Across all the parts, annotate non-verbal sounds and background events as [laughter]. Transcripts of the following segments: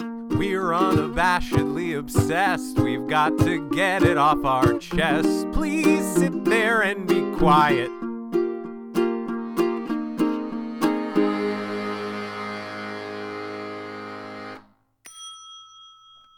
We're unabashedly obsessed. We've got to get it off our chest. Please sit there and be quiet.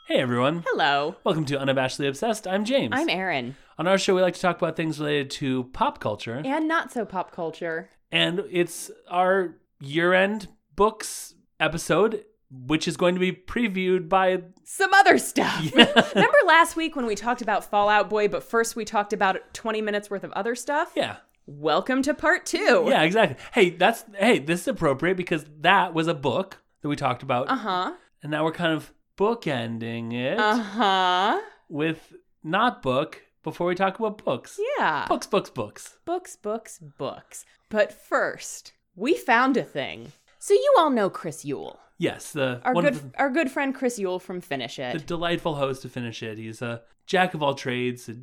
Hey everyone. Hello. Welcome to Unabashedly Obsessed. I'm James. I'm Erin. On our show, we like to talk about things related to pop culture. And not so pop culture. And it's our year end books episode, which is going to be previewed by. Some other [laughs] stuff. [laughs] Remember last week when we talked about Fallout Boy, but first we talked about 20 minutes worth of other stuff? Yeah. Welcome to part two. Yeah, exactly. Hey, that's. Hey, this is appropriate because that was a book that we talked about. Uh huh. And now we're kind of bookending it Uh huh. with not book before we talk about books. Yeah. Books, books, books. Books, books, books. But first, we found a thing. So you all know Chris Yule. Yes. The Our one good of the- our good friend Chris Yule from Finish the It. delightful host to finish it. He's a jack of all trades, a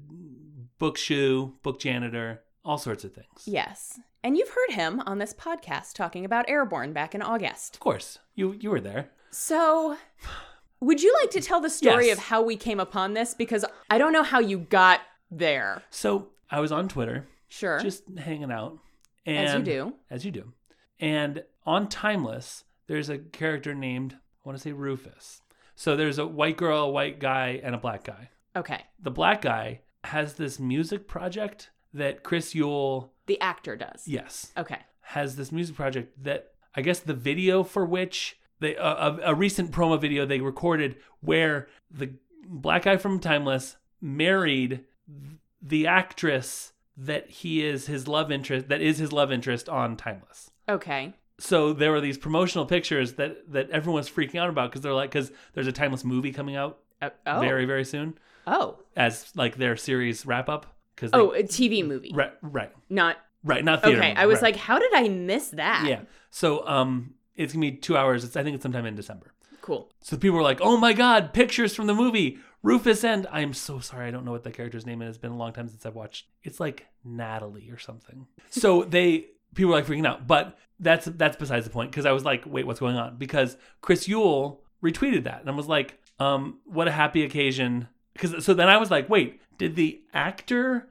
book shoe, book janitor, all sorts of things. Yes. And you've heard him on this podcast talking about Airborne back in August. Of course. You you were there. So, would you like to tell the story Yes. of how we came upon this? Because I don't know how you got there. So I was on Twitter, Sure. just hanging out. And As you do. As you do. And on Timeless, there's a character named, I want to say Rufus. So there's a white girl, a white guy, and a black guy. okay. The black guy has this music project that Chris Yule, The actor does. yes, Okay. has this music project that I guess the video for which they a, a, a recent promo video they recorded where the black guy from Timeless married the actress that he is his love interest that is his love interest on Timeless. Okay. So there were these promotional pictures that that everyone was freaking out about because they're like because there's a Timeless movie coming out Uh, oh. very very soon oh. as like their series wrap up because Oh, a TV movie. right right Not right not okay. theater I was right. like, how did I miss that? Yeah. So um, it's gonna be two hours. It's I think it's sometime in December. Cool. So people were like, "Oh my God, pictures from the movie Rufus and I'm so sorry, I don't know what the character's name is. It's been a long time since I've watched. It's like Natalie or something." So they people were like freaking out, but that's that's besides the point because I was like, "Wait, what's going on?" Because Chris Yule retweeted that and I was like, "Um, what a happy occasion!" Because so then I was like, "Wait, did the actor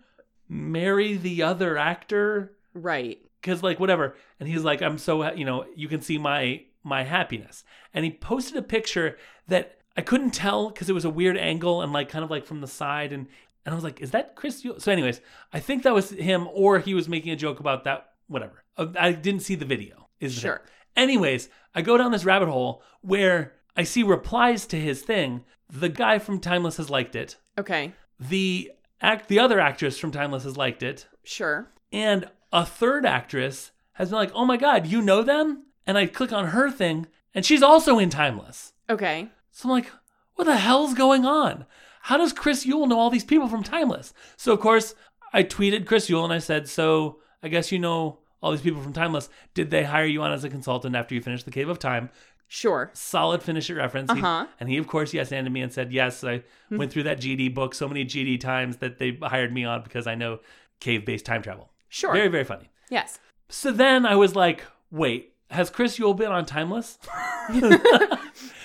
marry the other actor?" Right. because like whatever and he's like i'm so ha- you know you can see my my happiness and he posted a picture that i couldn't tell because it was a weird angle and like kind of like from the side and and i was like is that chris Yule? so anyways i think that was him or he was making a joke about that whatever Uh, i didn't see the video is the thing. Sure. anyways i go down this rabbit hole where i see replies to his thing the guy from timeless has liked it Okay. the act the other actress from timeless has liked it Sure. and a third actress has been like, "Oh my god, you know them?" And I click on her thing, and she's also in Timeless. Okay. So I'm like, "What the hell's going on? How does Chris Yule know all these people from Timeless?" So of course, I tweeted Chris Yule and I said, "So I guess you know all these people from Timeless. Did they hire you on as a consultant after you finished The Cave of Time?" Sure. Solid finish it reference. He- Uh-huh. Hmm. and he, of course, yes, handed me and said, "Yes, I went through that GD book so many GD times that they hired me on because I know cave-based time travel." Sure. Very, very funny. yes. So then I was like, wait, has Chris Yule been on Timeless? [laughs]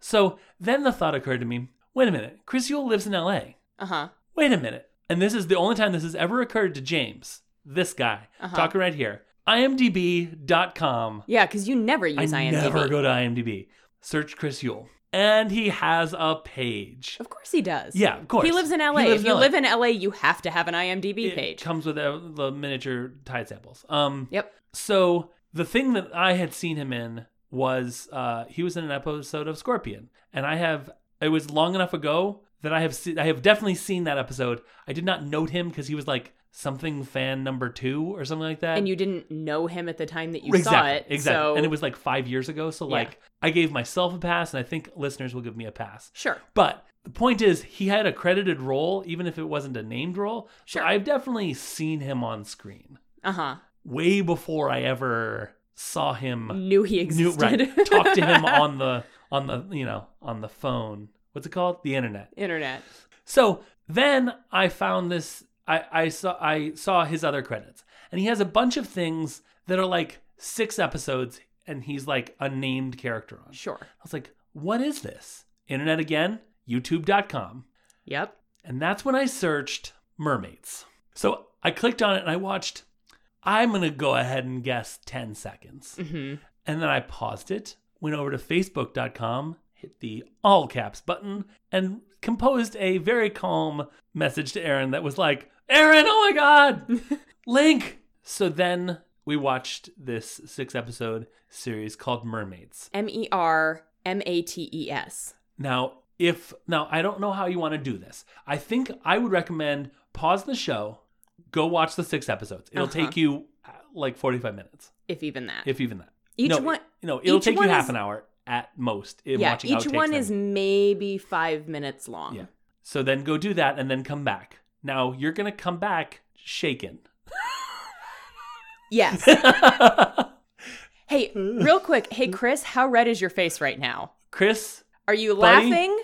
so then the thought occurred to me wait a minute, Chris Yule lives in LA. Uh huh. Wait a minute. And this is the only time this has ever occurred to James, this guy, Uh-huh. talking right here. IMDb.com. Yeah, because you never use I IMDb. never go to IMDb. Search Chris Yule. And he has a page. Of course he does. Yeah, of course. He lives in He LA. lives if in you LA. live in LA, you have to have an IMDb It page. comes with the, the miniature tide samples. Um, Yep. So the thing that I had seen him in was uh, he was in an episode of Scorpion, and I have it was long enough ago that I have se- I have definitely seen that episode. I did not note him because he was like something fan number two or something like that. and you didn't know him at the time that you exactly, saw it. exactly, So and it was like five years ago. So Yeah. like I gave myself a pass, and I think listeners will give me a pass. sure. But the point is, he had a credited role, even if it wasn't a named role. So Sure. I've definitely seen him on screen Uh huh. way before I ever saw him Knew he Um, knew Mm, existed. right talk to [laughs] him on the on the you know on the phone what's it called the internet internet. so then i found this i i saw i saw his other credits and he has a bunch of things that are like six episodes and he's like a named character on Sure. i was like what is this? Internet again, youtube.com. Yep. And that's when I searched mermaids. So I clicked on it and I watched, I'm going to go ahead and guess 10 seconds. Mm-hmm. And then I paused it, went over to facebook.com, hit the all caps button, and composed a very calm message to Aaron that was like, Aaron, oh my God, Link. So then we watched this six episode series called Mermaids. M E R M A T E S. Now, if, now I don't know how you want to do this. I think I would recommend pause the show, go watch the six episodes. It'll Uh-huh. take you uh, like 45 minutes, If even that. if even that. each no, one. No, it'll each take you one half is- an hour at most. In Yeah. watching Each outtakes one and is maybe five minutes long. Yeah. So then go do that and then come back. Now you're going to come back shaken. [laughs] Yes. [laughs] hey, real quick. Hey, Chris, how red is your face right now? Chris, Are you Buddy? laughing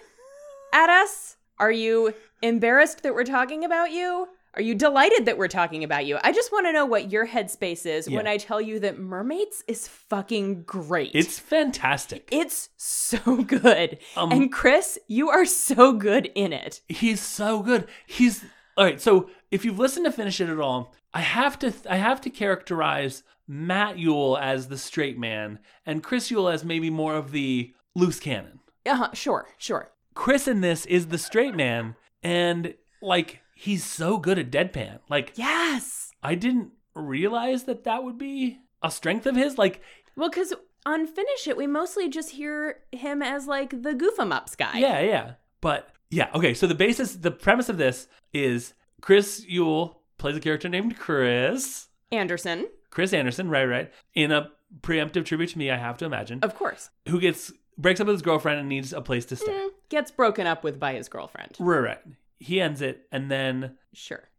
at us? Are you embarrassed that we're talking about you? Are you delighted that we're talking about you? I just want to know what your headspace is when Yeah. I tell you that Mermaids is fucking great. it's fantastic. it's so good. Um, and Chris, you are so good in it. He's so good. He's All right, so if you've listened to finish it at all, I have to I have to characterize Matt Yule as the straight man and Chris Yule as maybe more of the loose cannon. Uh-huh, sure, sure. Chris in this is the straight man and like he's so good at deadpan. Like Yes. I didn't realize that that would be a strength of his. Like, Well, because on Finish It, we mostly just hear him as like the goof em ups guy. yeah, yeah. But yeah, okay. So the basis, the premise of this is Chris Yule plays a character named Chris, Anderson, Chris Anderson, right, right, in a preemptive tribute to me, I have to imagine, of course, who gets breaks up with his girlfriend and needs a place to stay. mm, gets broken up with by his girlfriend. Right, right. He ends it, and then [laughs] Sure.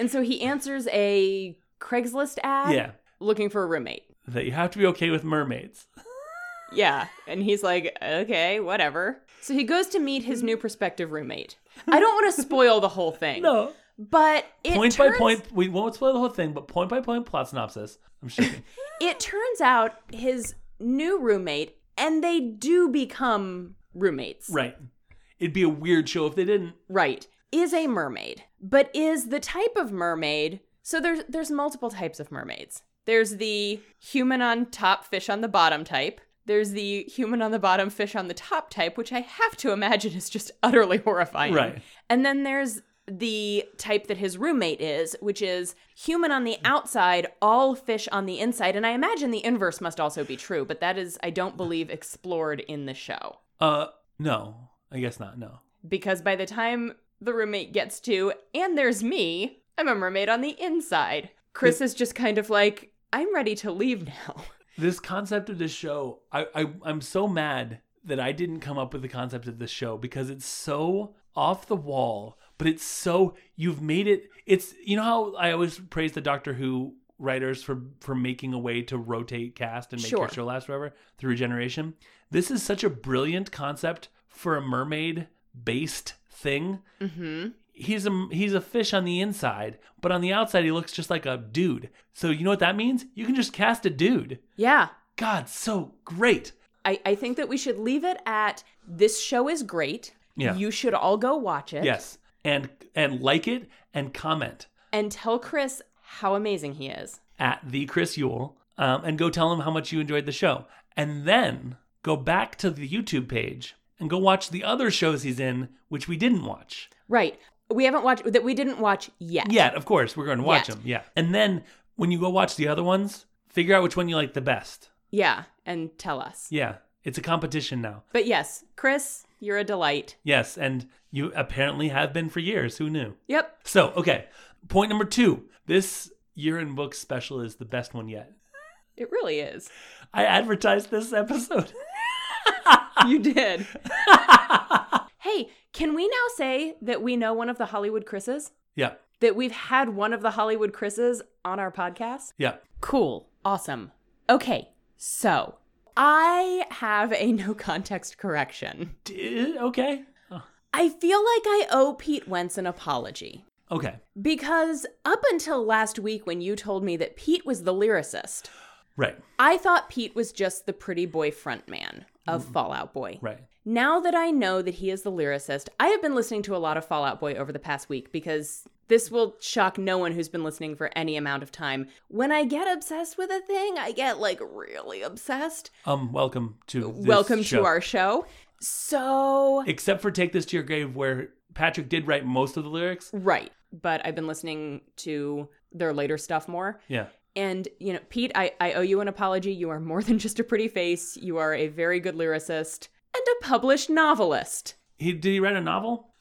And so he answers a Craigslist ad yeah, looking for a roommate. that you have to be okay with mermaids. Yeah. And he's like, okay, whatever. So he goes to meet his new prospective roommate. I don't want to spoil the whole thing. No, But it point turns, by point, we won't spoil the whole thing, but point by point plot synopsis. I'm sure. [laughs] It turns out his new roommate, and they do become roommates. Right. It'd be a weird show if they didn't. right is a mermaid but is the type of mermaid so there's there's multiple types of mermaids there's the human on top fish on the bottom type there's the human on the bottom fish on the top type which i have to imagine is just [laughs] utterly horrifying Right. and then there's the type that his roommate is which is human on the outside all fish on the inside and i imagine the inverse must also be true but that is i don't believe explored in the show Uh, no, I guess not. No. because by the time the roommate gets to, and there's me, I'm a mermaid on the inside. Chris is just kind of like, I'm ready to leave now. [laughs] This concept of this show, I, I I'm so mad that I didn't come up with the concept of this show because it's so off the wall, but it's so you've made it. It's you know how I always praise the Doctor Who writers for for making a way to rotate cast and make Sure. your show last forever through regeneration. This is such a brilliant concept for a mermaid based thing Mm-hmm. he's a he's a fish on the inside, but on the outside he looks just like a dude. So you know what that means? You can just cast a dude. Yeah. God, so great. I, I think that we should leave it at this show is great. Yeah. You should all go watch it. Yes, and and like it and comment And tell Chris how amazing he is. at the Chris Yule, um, and go tell him how much you enjoyed the show, and then go back to the YouTube page and go watch the other shows he's in, which we didn't watch Right. We haven't watched that we didn't watch yet. yet. Of course, we're going to watch Yet. them. Yeah, and then when you go watch the other ones, figure out which one you like the best. Yeah. And tell us. Yeah, it's a competition now. But yes, Chris, you're a delight. Yes, and you apparently have been for years. Who knew? Yep. So, okay, point number two. This year in books special is the best one yet. It really is. I advertised this episode. [laughs] you did. hey, can we now say that we know one of the Hollywood Chris's? yeah, That we've had one of the Hollywood Chris's on our podcast? yeah. Cool. Awesome. Okay, so I have a no context correction. D- okay, I feel like I owe Pete Wentz an apology okay. because up until last week when you told me that Pete was the lyricist, Right. I thought Pete was just the pretty boy frontman of Fallout Boy. Right. Now that I know that he is the lyricist, I have been listening to a lot of Fallout Boy over the past week because this will shock no one who's been listening for any amount of time. When I get obsessed with a thing, I get like really obsessed. Um. Welcome to this Welcome show. to our show. So, Except for take this to your grave, where Patrick did write most of the lyrics. right. But I've been listening to their later stuff more. Yeah. And, you know, Pete, I, I owe you an apology. You are more [laughs] than just a pretty face, you are a very good lyricist and a published novelist. He did he write a novel?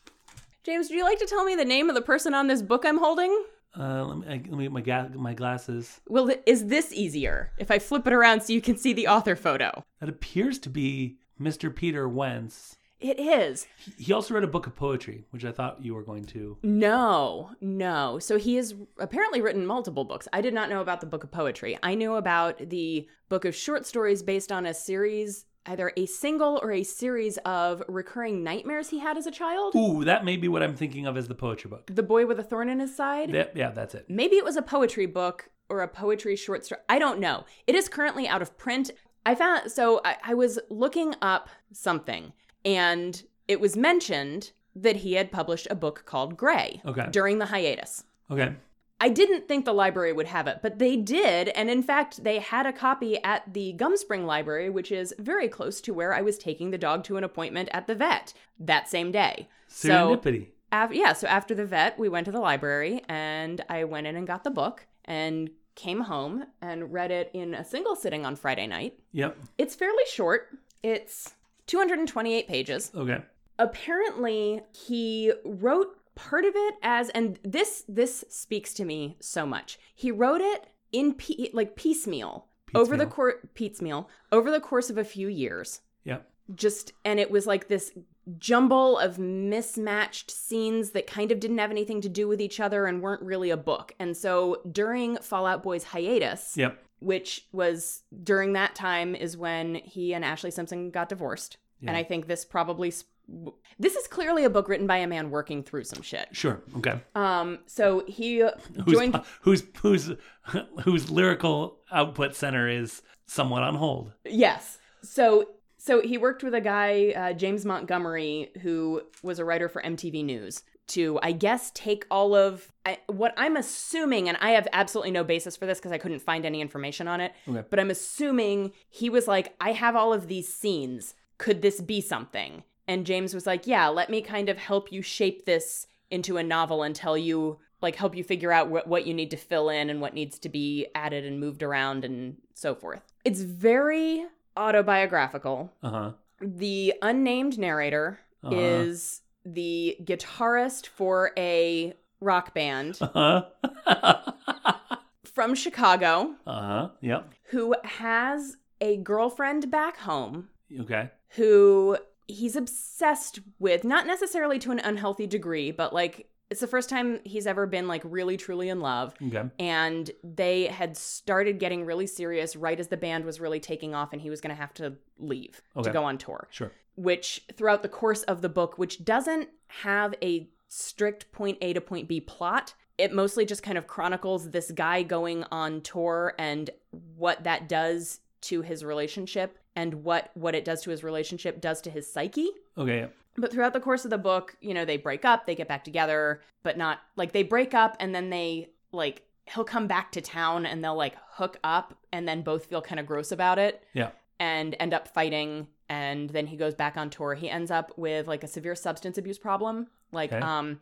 James, would you like to tell me the name of the person on this book I'm holding? Uh, let me I, let me get my ga- my glasses. Well, th- is this easier if I flip it around so you can see the author photo? That appears to be Mr. Peter Wentz. It is. He also wrote a book of poetry, which I thought you were going to. No, no. So he has apparently written multiple books. I did not know about the book of poetry. I knew about the book of short stories based on a series, either a single or a series of recurring nightmares he had as a child. Ooh, that may be what I'm thinking of as the poetry book. The Boy with a Thorn in His Side. That- yeah, that's it. Maybe it was a poetry book or a poetry short story. I don't know. It is currently out of print. I found so I, I was looking up something and it was mentioned that he had published a book called Gray Okay. during the hiatus. Okay. I didn't think the library would have it, but they did, and in fact, they had a copy at the Gumspring Library, which is very close to where I was taking the dog to an appointment at the vet that same day. So Serendipity. Af- yeah, so after the vet, we went to the library and I went in and got the book and came home and read it in a single sitting on Friday night. yep. It's fairly short, it's 228 pages. Okay. Apparently, he wrote part of it as and this this speaks to me so much. He wrote it in pe- like piecemeal, over the Piecemeal. course piecemeal over the course of a few years Yep. just and it was like this jumble of mismatched scenes that kind of didn't have anything to do with each other and weren't really a book. And so during Fallout Boy's hiatus, Yep. which was during that time is when he and Ashley Simpson got divorced. And Yeah. I think this probably sp- this is clearly a book written by a man working through some shit. Sure. Okay. [laughs] Um so he Who's, joined who's who's [laughs] whose lyrical output center is somewhat on hold. Yes. So so he worked with a guy uh, James Montgomery who was a writer for MTV News to I guess take all of I, what I'm assuming and I have absolutely no basis for this because I couldn't find any information on it. Okay. But I'm assuming he was like I have all of these scenes. Could this be something? And James was like, "Yeah, let me kind of help you shape this into a novel and tell you like help you figure out what, what you need to fill in and what needs to be added and moved around and so forth. It's very autobiographical. Uh huh. The unnamed narrator Uh-huh. is the guitarist for a [laughs] rock band Uh [laughs] huh. from Chicago uh huh. Yep. who has a girlfriend back home Okay. who he's obsessed with, not necessarily to an unhealthy degree, but like it's the first time he's ever been like really truly in love. Okay. and they had started getting really serious right as the band was really taking off and he was going to have to leave Okay. to go on tour Sure. which throughout the course of the book which doesn't have a strict point a to point b plot it mostly just kind of chronicles this guy going on tour and what that does to his relationship and what what it does to his relationship does to his psyche Okay. Yep. but throughout the course of the book, you know, they break up, they get back together, but not like they break up and then they like he'll come back to town and they'll like hook up and then both feel kind of gross about it. Yeah. And end up fighting and then he goes back on tour. He ends up with like a severe substance abuse problem, like Okay. um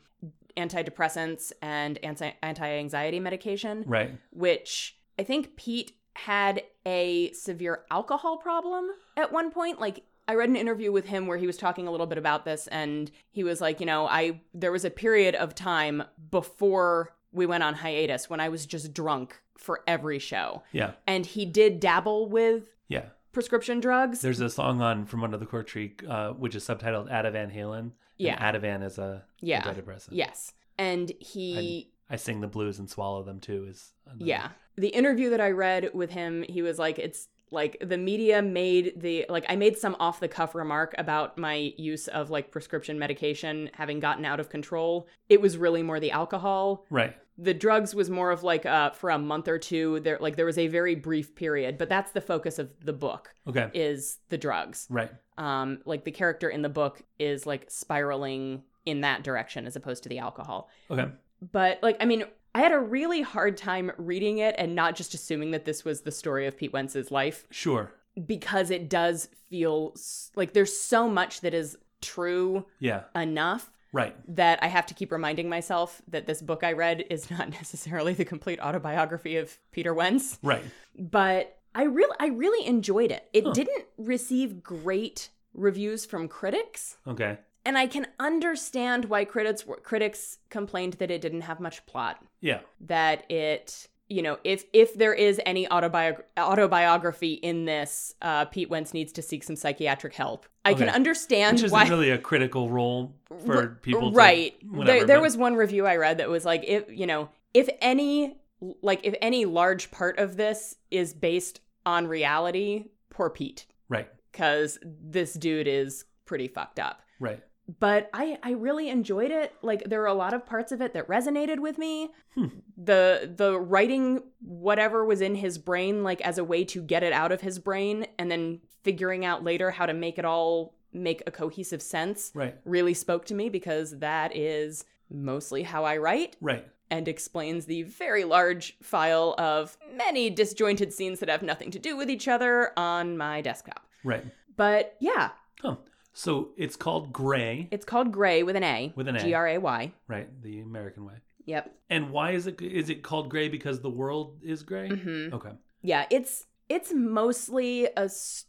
antidepressants and anti- anti-anxiety medication, Right. which I think Pete had a severe alcohol problem at one point. Like, I read an interview with him where he was talking a little bit about this, and he was like, you know, I there was a period of time before we went on hiatus when I was just drunk for every show, Yeah. and he did dabble with Yeah. prescription drugs. There's a song on From Under the Cork Tree, uh, which is subtitled Ada Van Halen. Yeah. And Ativan is a Yeah. antidepressant. yes, and he. I sing the blues and swallow them too is another- Yeah. The interview that I read with him, he was like, it's like the media made the, like, I made some off the cuff remark about my use of like prescription medication having gotten out of control. It was really more the alcohol. Right. the drugs was more of like uh, for a month or two there like there was a very brief period but that's the focus of the book Okay. is the drugs Right. um like the character in the book is like spiraling in that direction as opposed to the alcohol Okay. but like i mean i had a really hard time reading it and not just assuming that this was the story of pete wentz's life Sure. because it does feel s- like there's so much that is true Yeah. enough Right. that I have to keep reminding myself that this book I read is [laughs] not necessarily the complete autobiography of Peter Wentz, Right. but I really I really enjoyed it. It Huh. didn't receive great reviews from critics, Okay. and I can understand why critics were- critics complained that it didn't have much plot, Yeah. that it you know, if if there is any autobiog- autobiography in this, uh, Pete Wentz needs to seek some psychiatric help. I can Okay. understand Which isn't why [laughs] really a critical role for R- people. To, right Whatever, there, there but- was one review i read that was like if you know if any like if any large part of this is based on reality poor pete Right. because this dude is pretty fucked up Right. but i i really enjoyed it like there were a lot of parts of it that resonated with me Hmm. the the writing whatever was in his brain like as a way to get it out of his brain and then figuring out later how to make it all make a cohesive sense Right. really spoke to me because that is mostly how I write Right. and explains the very large file of many disjointed scenes that have nothing to do with each other on my desktop. Right. But yeah, Huh. So it's called Gray. it's called Gray with an A. With an A. G R A Y. Right. The American way. Yep. And why is it is it called Gray because the world is gray? hmm Okay. Yeah, it's it's mostly a s-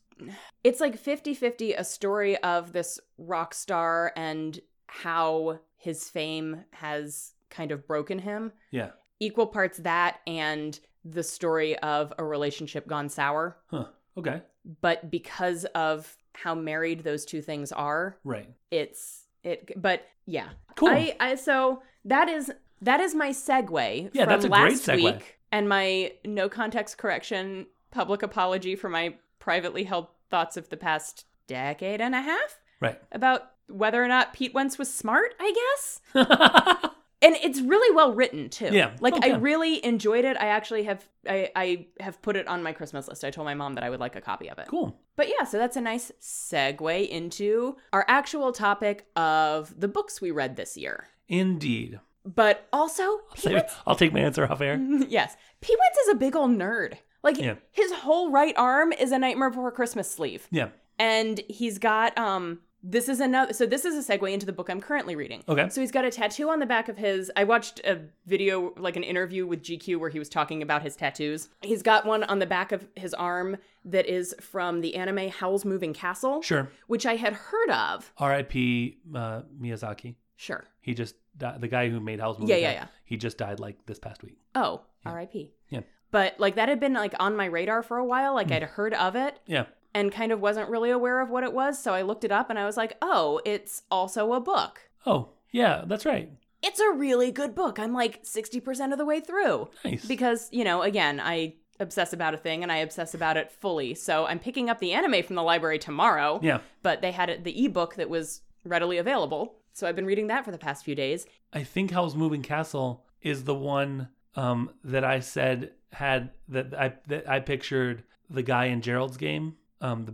it's like 50-50 a story of this rock star and how his fame has kind of broken him. Yeah. equal parts that and the story of a relationship gone sour. Huh. Okay. But because of how married those two things are, Right. it's it. But yeah, Cool. I, I so that is that is my segue. Yeah, from that's a great last segue. Week and my no context correction public apology for my privately held thoughts of the past decade and a half right. [laughs] about whether or not Pete Wentz was smart. I guess and it's really well written too. Yeah. like Oh, yeah. I really enjoyed it. I actually have I, I have put it on my Christmas list. I told my mom that I would like a copy of it. cool. But yeah, so that's a nice segue into our actual topic of the books we read this year. Indeed. But also, I'll, Pete say, I'll take my answer off air. Wentz, [laughs] yes, Pete Wentz is a big old nerd. Like Yeah. his whole right arm is a Nightmare Before Christmas sleeve, Yeah. and he's got um. This is another. So this is a segue into the book I'm currently reading. Okay. So he's got a tattoo on the back of his. I watched a video, like an interview with GQ, where he was talking about his tattoos. He's got one on the back of his arm that is from the anime Howl's Moving Castle, Sure. which I had heard of. R.I.P. Uh, Miyazaki. Sure. He just died. The guy who made Howl's Moving Yeah, yeah, Castle, yeah. He just died like this past week. Oh, Yeah. R.I.P. Yeah. But like that had been like on my radar for a while. Like Hmm. I'd heard of it Yeah. and kind of wasn't really aware of what it was. So I looked it up and I was like, oh, it's also a book. Oh, yeah. That's right. It's a really good book. I'm like 60% of the way through. Nice. because you know again i obsess about a thing and i obsess about it fully so i'm picking up the anime from the library tomorrow yeah. but they had it, the ebook that was readily available so i've been reading that for the past few days I think Howl's Moving Castle is the one um, that I said had that I that I pictured the guy in Gerald's game, um, the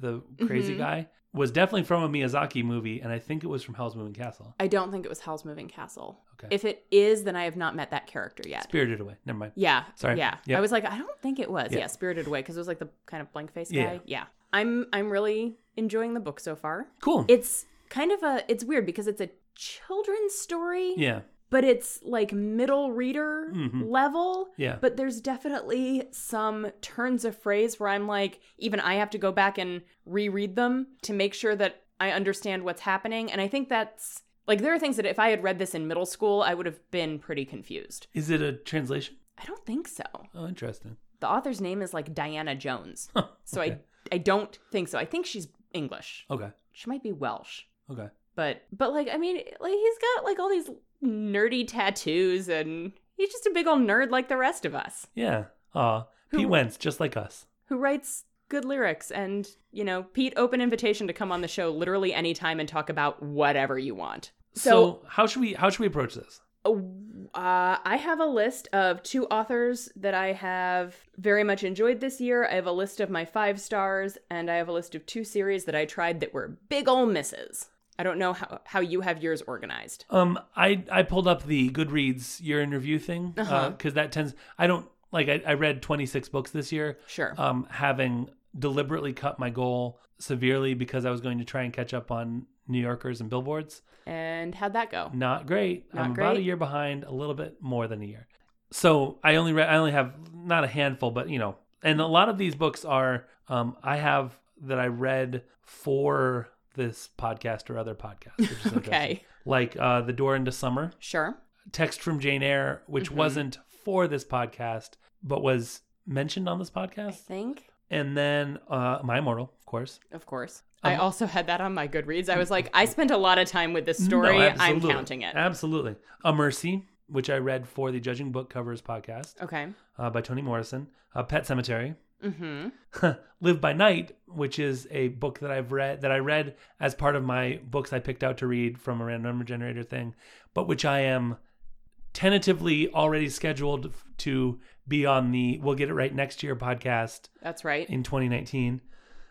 the the crazy Mhm. guy was definitely from a Miyazaki movie, and I think it was from Howl's Moving Castle. i don't think it was hell's moving castle Okay, if it is then i have not met that character yet Spirited Away. Never mind. yeah Sorry. yeah Yep. i was like i don't think it was Yeah. yeah, spirited away because it was like the kind of blank face guy Yeah. yeah. i'm i'm really enjoying the book so far Cool. it's kind of a it's weird because it's a children's story yeah, but it's like middle reader Mhm. level. yeah, But there's definitely some turns of phrase where I'm like, even I have to go back and reread them to make sure that I understand what's happening. And I think that's like, there are things that if I had read this in middle school, I would have been pretty confused. is it a translation? I don't think so. Oh, interesting. The author's name is like Diana Jones. Huh, So okay. I, I don't think so. I think she's English. Okay. She might be Welsh Okay. but but like i mean like he's got like all these nerdy tattoos and he's just a big old nerd like the rest of us Yeah. Aw. Who- Pete Wentz, just like us. who writes good lyrics and you know pete open invitation to come on the show literally anytime and talk about whatever you want so, how should we how should we approach this? uh, I have a list of two authors that I have very much enjoyed this year. I have a list of my five stars, and I have a list of two series that I tried that were big ol' misses. I don't know how, how you have yours organized. Um, I I pulled up the Goodreads year in review thing because Uh-huh. that tends. I don't like. I, I read 26 books this year. Sure. Um, having deliberately cut my goal severely because I was going to try and catch up on New Yorkers and billboards. and how'd that go? Not great. Not I'm about a great. year behind, a little bit more than a year. So I only read. I only have not a handful, but you know, and a lot of these books are. Um, I have that I read for this podcast or other podcast. Which is interesting. Okay. Like uh, the door into summer Sure. text from Jane Eyre, which Mhm. wasn't for this podcast, but was mentioned on this I podcast. think, And then uh, My Immortal, of course. of course. I Um, Mm. also had that on my Goodreads. I was like, I spent a lot of time with this story. No, I'm absolutely. counting it. Absolutely. A Mercy, which I read for the Judging Book Covers podcast Okay. uh, by Toni Morrison. Uh, Pet Cemetery. Mm-hmm. Live by Night, which is a book that I've read that I read as part of my books I picked out to read from a random number generator thing, but which I am tentatively already scheduled f- to be on the We'll Get It Right Next Year podcast That's right. in 2019.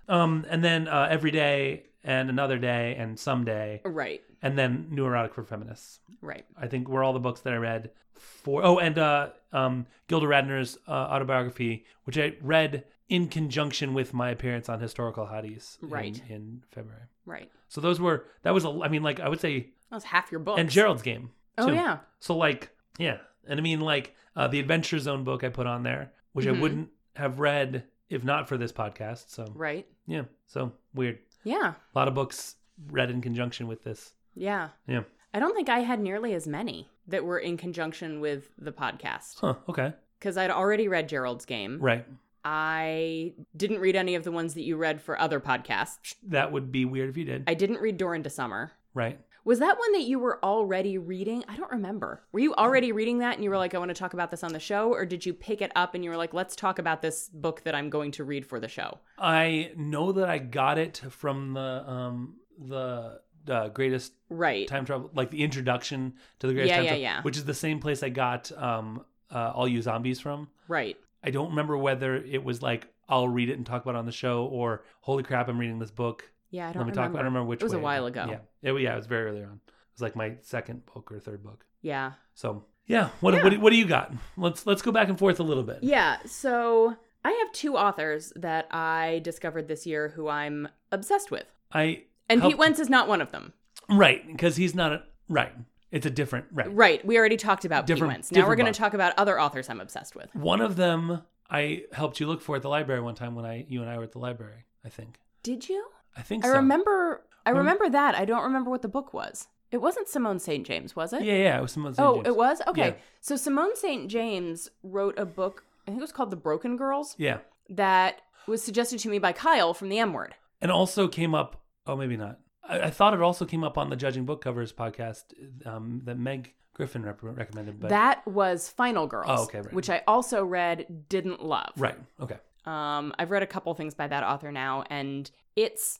Um, and then uh, Every Day and Another Day and Someday, Right. and then New Erotic for Feminists. Right. I think were all the books that I read for. Oh, and uh, um, Gilda Radner's uh, autobiography, which I read in conjunction with my appearance on Historical Hotties in- Right. in, February. Right. So those were that was a, I mean like I would say That was half your book. and Gerald's game. Oh too. yeah. So like yeah, and I mean like uh, the Adventure Zone book I put on there, which Mhm. I wouldn't have read if not for this podcast. So Right. yeah, so weird. Yeah. A lot of books read in conjunction with this. Yeah. Yeah. I don't think I had nearly as many that were in conjunction with the podcast Huh. Okay. because I'd already read Gerald's Game. Right. I didn't read any of the ones that you read for other podcasts. That would be weird if you did. I didn't read Door into Summer. right. Was that one that you were already reading? I don't remember. Were you already reading that and you were like, I want to talk about this on the show? Or did you pick it up and you were like, let's talk about this book that I'm going to read for the show? I know that I got it from the um the uh, greatest Right. time travel, like the introduction to the greatest Yeah, time yeah, travel, yeah. which is the same place I got um uh, all you zombies from. Right. I don't remember whether it was like I'll read it and talk about it on the show or holy crap, I'm reading this book. Yeah, I Let don't me remember. talk. I don't remember which. It was a way. while ago. Yeah, it, yeah, it was very early on. It was like my second book or third book. Yeah. So yeah, what Yeah. what do- what do you got? Let's let's go back and forth a little bit. Yeah. So I have two authors that I discovered this year who I'm obsessed with. I And Help- Pete Wentz is not one of them. right because he's not a right. It's a different right. Right. We already talked about Different- Pete Wentz. Now we're different going book. to talk about other authors I'm obsessed with. One of them I helped you look for at the library one time when I you and I were at the library. I think. Did you? I think. I so. um, remember. I Rem- remember that. I don't remember what the book was. It wasn't Simone St. James, was it? Yeah, yeah. It was someone's. oh, it was. Okay. Yeah. So Simone St. James wrote a book. I think it was called The Broken Girls. Yeah, That was suggested to me by Kyle from the M Word. and also came up. Oh, maybe not. I, I thought it also came up on the Judging Book Covers podcast um, that Meg Griffin rep- recommended. But That was Final Girls. Oh, okay, right. Which I also read. Didn't love. right. Okay. Um, I've read a couple things by that author now, and it's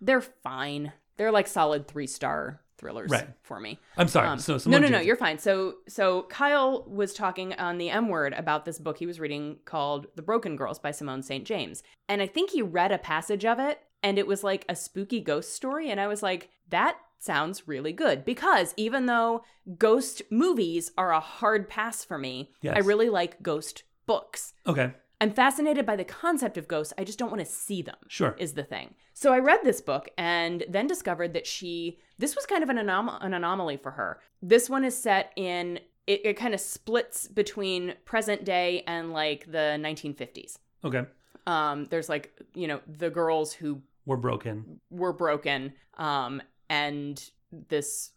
they're fine. They're like solid three star thrillers Right. for me. I'm sorry. Um, so no, someone no, no, did- you're fine. So, so Kyle was talking on the M word about this book he was reading called The Broken Girls by Simone St. James. And I think he read a passage of it and it was like a spooky ghost story. And I was like, that sounds really good because even though ghost movies are a hard pass for me, I Yes. really like ghost books. okay. I'm fascinated by the concept of ghosts. I just don't want to see them Sure. is the thing. So I read this book and then discovered that she this was kind of an anom- an anomaly for her. This one is set in it, it kind of splits between present day and like the 1950s. okay. Um, there's like you know the girls who We're broken. were broken um, and this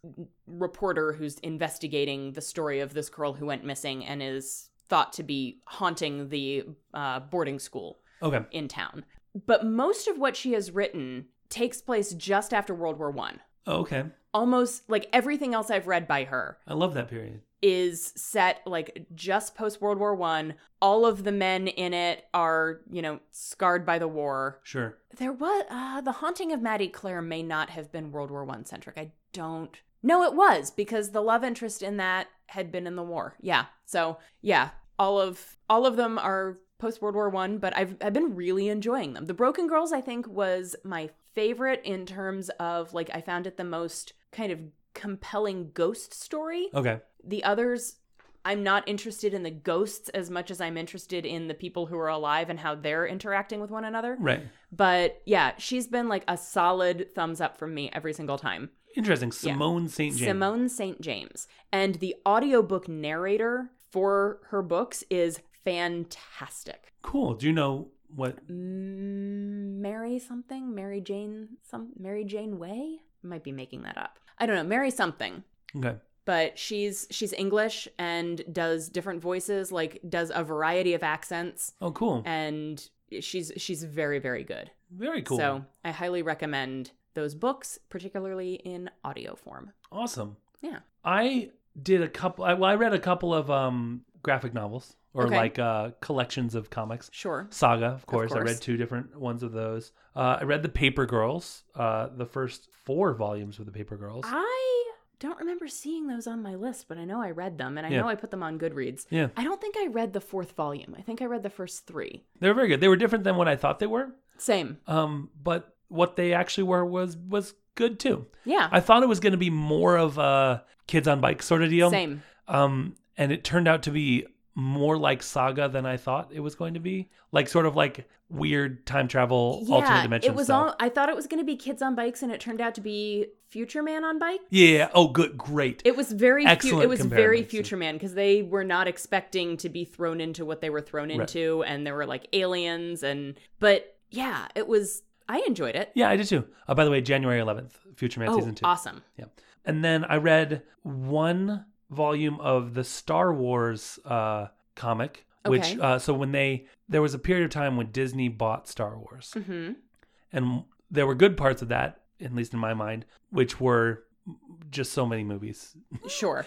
reporter who's investigating the story of this girl who went missing and is thought to be haunting the uh, boarding school Okay. in town. But most of what she has written takes place just after World War One. Oh, okay. Almost like everything else I've read by her I love that period. is set like just post World War One. All of the men in it are, you know, scarred by the war. Sure. There was uh, the haunting of Maddie Claire may not have been World War One centric. I don't. No, it was because the love interest in that had been in the war. Yeah. So yeah, all of all of them are post World War One, but I've I've been really enjoying them. The Broken Girls, I think, was my favorite in terms of like I found it the most kind of compelling ghost story. Okay. The others, I'm not interested in the ghosts as much as I'm interested in the people who are alive and how they're interacting with one another. Right. But yeah, she's been like a solid thumbs up from me every single time. Interesting. Simone St. James. Simone St. James. And the audiobook narrator for her books is fantastic. Cool. Do you know what? Mm, Mary something? Mary Jane some Mary Jane Way? I might be making that up. I don't know. Mary something. Okay. But she's she's English and does different voices, like does a variety of accents Oh, cool. and she's she's very very good. Very cool. So, I highly recommend those books, particularly in audio form. Awesome. Yeah. I did a couple. I, well, I read a couple of um graphic novels or Okay. like uh collections of comics. Sure. Saga, of course. I read course. two different ones of those. Uh, I read the Paper Girls, uh, the first four volumes of the Paper Girls. Ah. I don't remember seeing those on my list, but I know I read them and I Yeah. know I put them on Goodreads. Yeah. I don't think I read the fourth volume. I think I read the first three. They were very good. They were different than what I thought they were. Same. Um, but what they actually were was was good too. Yeah. I thought it was going to be more of a kids on bikes sort of deal. Same. Um, and it turned out to be more like Saga than I thought it was going to be. Like sort of like weird time travel, alternate Yeah. dimension It was stuff. all I thought it was gonna be kids on bikes and it turned out to be Future Man on bike. yeah. Oh, good. Great. It was very fu- Excellent it was very comparison. Future Man because they were not expecting to be thrown into what they were thrown into and there were like aliens and but yeah, it was I enjoyed it. yeah, I did too. Uh, by the way, January 11th, Future Man Oh, season two. awesome. And then I read one volume of the Star Wars uh, comic, which Okay. uh, so when they there was a period of time when Disney bought Star Wars, Mm-hmm. and there were good parts of that, at least in my mind, which were just so many movies, Sure.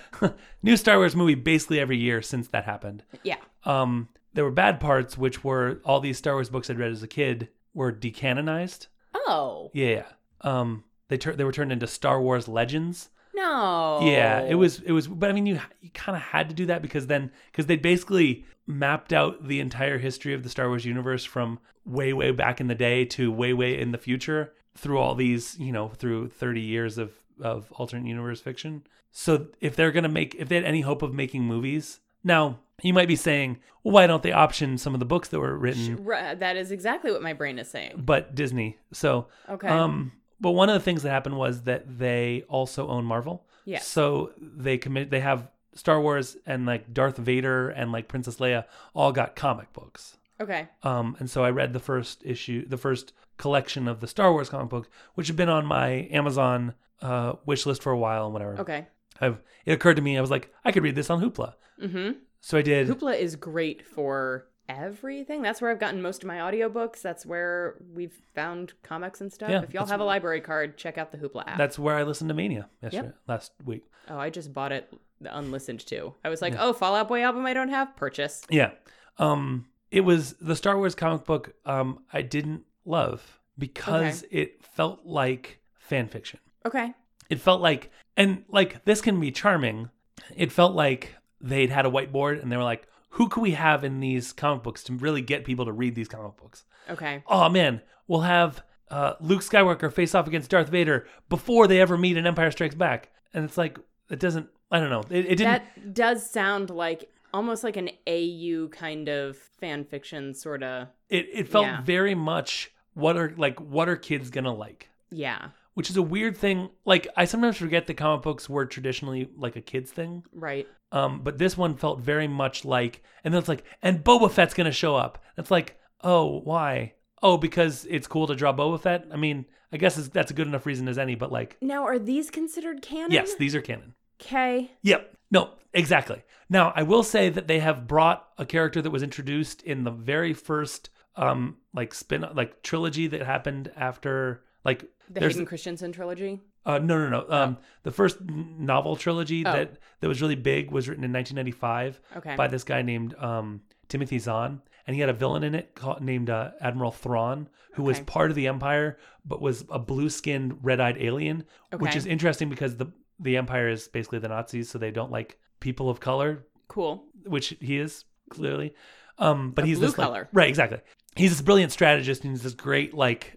new Star Wars movie basically every year since that happened. Yeah. Um, there were bad parts, which were all these Star Wars books I'd read as a kid were decanonized. Oh. Yeah. Um, they tur- they were turned into Star Wars Legends. No. Yeah, it was it was but I mean you you kind of had to do that because then cuz they basically mapped out the entire history of the Star Wars universe from way way back in the day to way way in the future through all these, you know, through 30 years of of alternate universe fiction. So if they're going to make if they had any hope of making movies, now you might be saying, well, why don't they option some of the books that were Sh- written ri- That is exactly what my brain is saying. but Disney. So Okay. um, but one of the things that happened was that they also own Marvel. Yes. So they commit. They have Star Wars and like Darth Vader and like Princess Leia all got comic books. okay. Um, and so I read the first issue, the first collection of the Star Wars comic book, which had been on my Amazon uh, wish list for a while and whatever. Okay. I've, it occurred to me, I was like, I could read this on Hoopla. Mm-hmm. So I did. Hoopla is great for everything. That's where I've gotten most of my audiobooks. That's where we've found comics and stuff. Yeah, if y'all that's- have a library card, check out the Hoopla app. That's where I listened to Mania yesterday, last week. oh, I just bought it unlistened to. I was like, oh, Fallout Boy album I don't have? Purchase. Yeah. Um it was the Star Wars comic book um I didn't love because it felt like fan fiction. Okay. It felt like and like this can be charming. It felt like they'd had a whiteboard and they were like, who could we have in these comic books to really get people to read these comic books? Okay. Oh man, we'll have uh, Luke Skywalker face off against Darth Vader before they ever meet in Empire Strikes Back. And it's like it doesn't I don't know. It, it didn't That does sound like almost like an AU kind of fan fiction sort of. it, it felt Yeah. very much what are like what are kids gonna like Yeah. which is a weird thing like i sometimes forget that comic books were traditionally like a kids thing Right. um but this one felt very much like and then it's like and boba fett's gonna show up it's like oh why oh because it's cool to draw boba fett i mean i guess it's, that's a good enough reason as any but like Now, are these considered canon? yes these are canon Okay. Yep. No, exactly. Now, I will say that they have brought a character that was introduced in the very first um like spin like trilogy that happened after like The there's Hayden Christensen trilogy. uh no no no um the first n- novel trilogy Oh. that that was really big was written in 1995 Okay. by this guy named um Timothy Zahn and he had a villain in it called, named uh, Admiral Thrawn who was Okay. part of the empire but was a blue-skinned red-eyed alien which Okay. is interesting because the the empire is basically the Nazis so they don't like people of color, Cool. which he is clearly. Um, but A he's blue this like- color. right, exactly. He's this brilliant strategist and he's this great like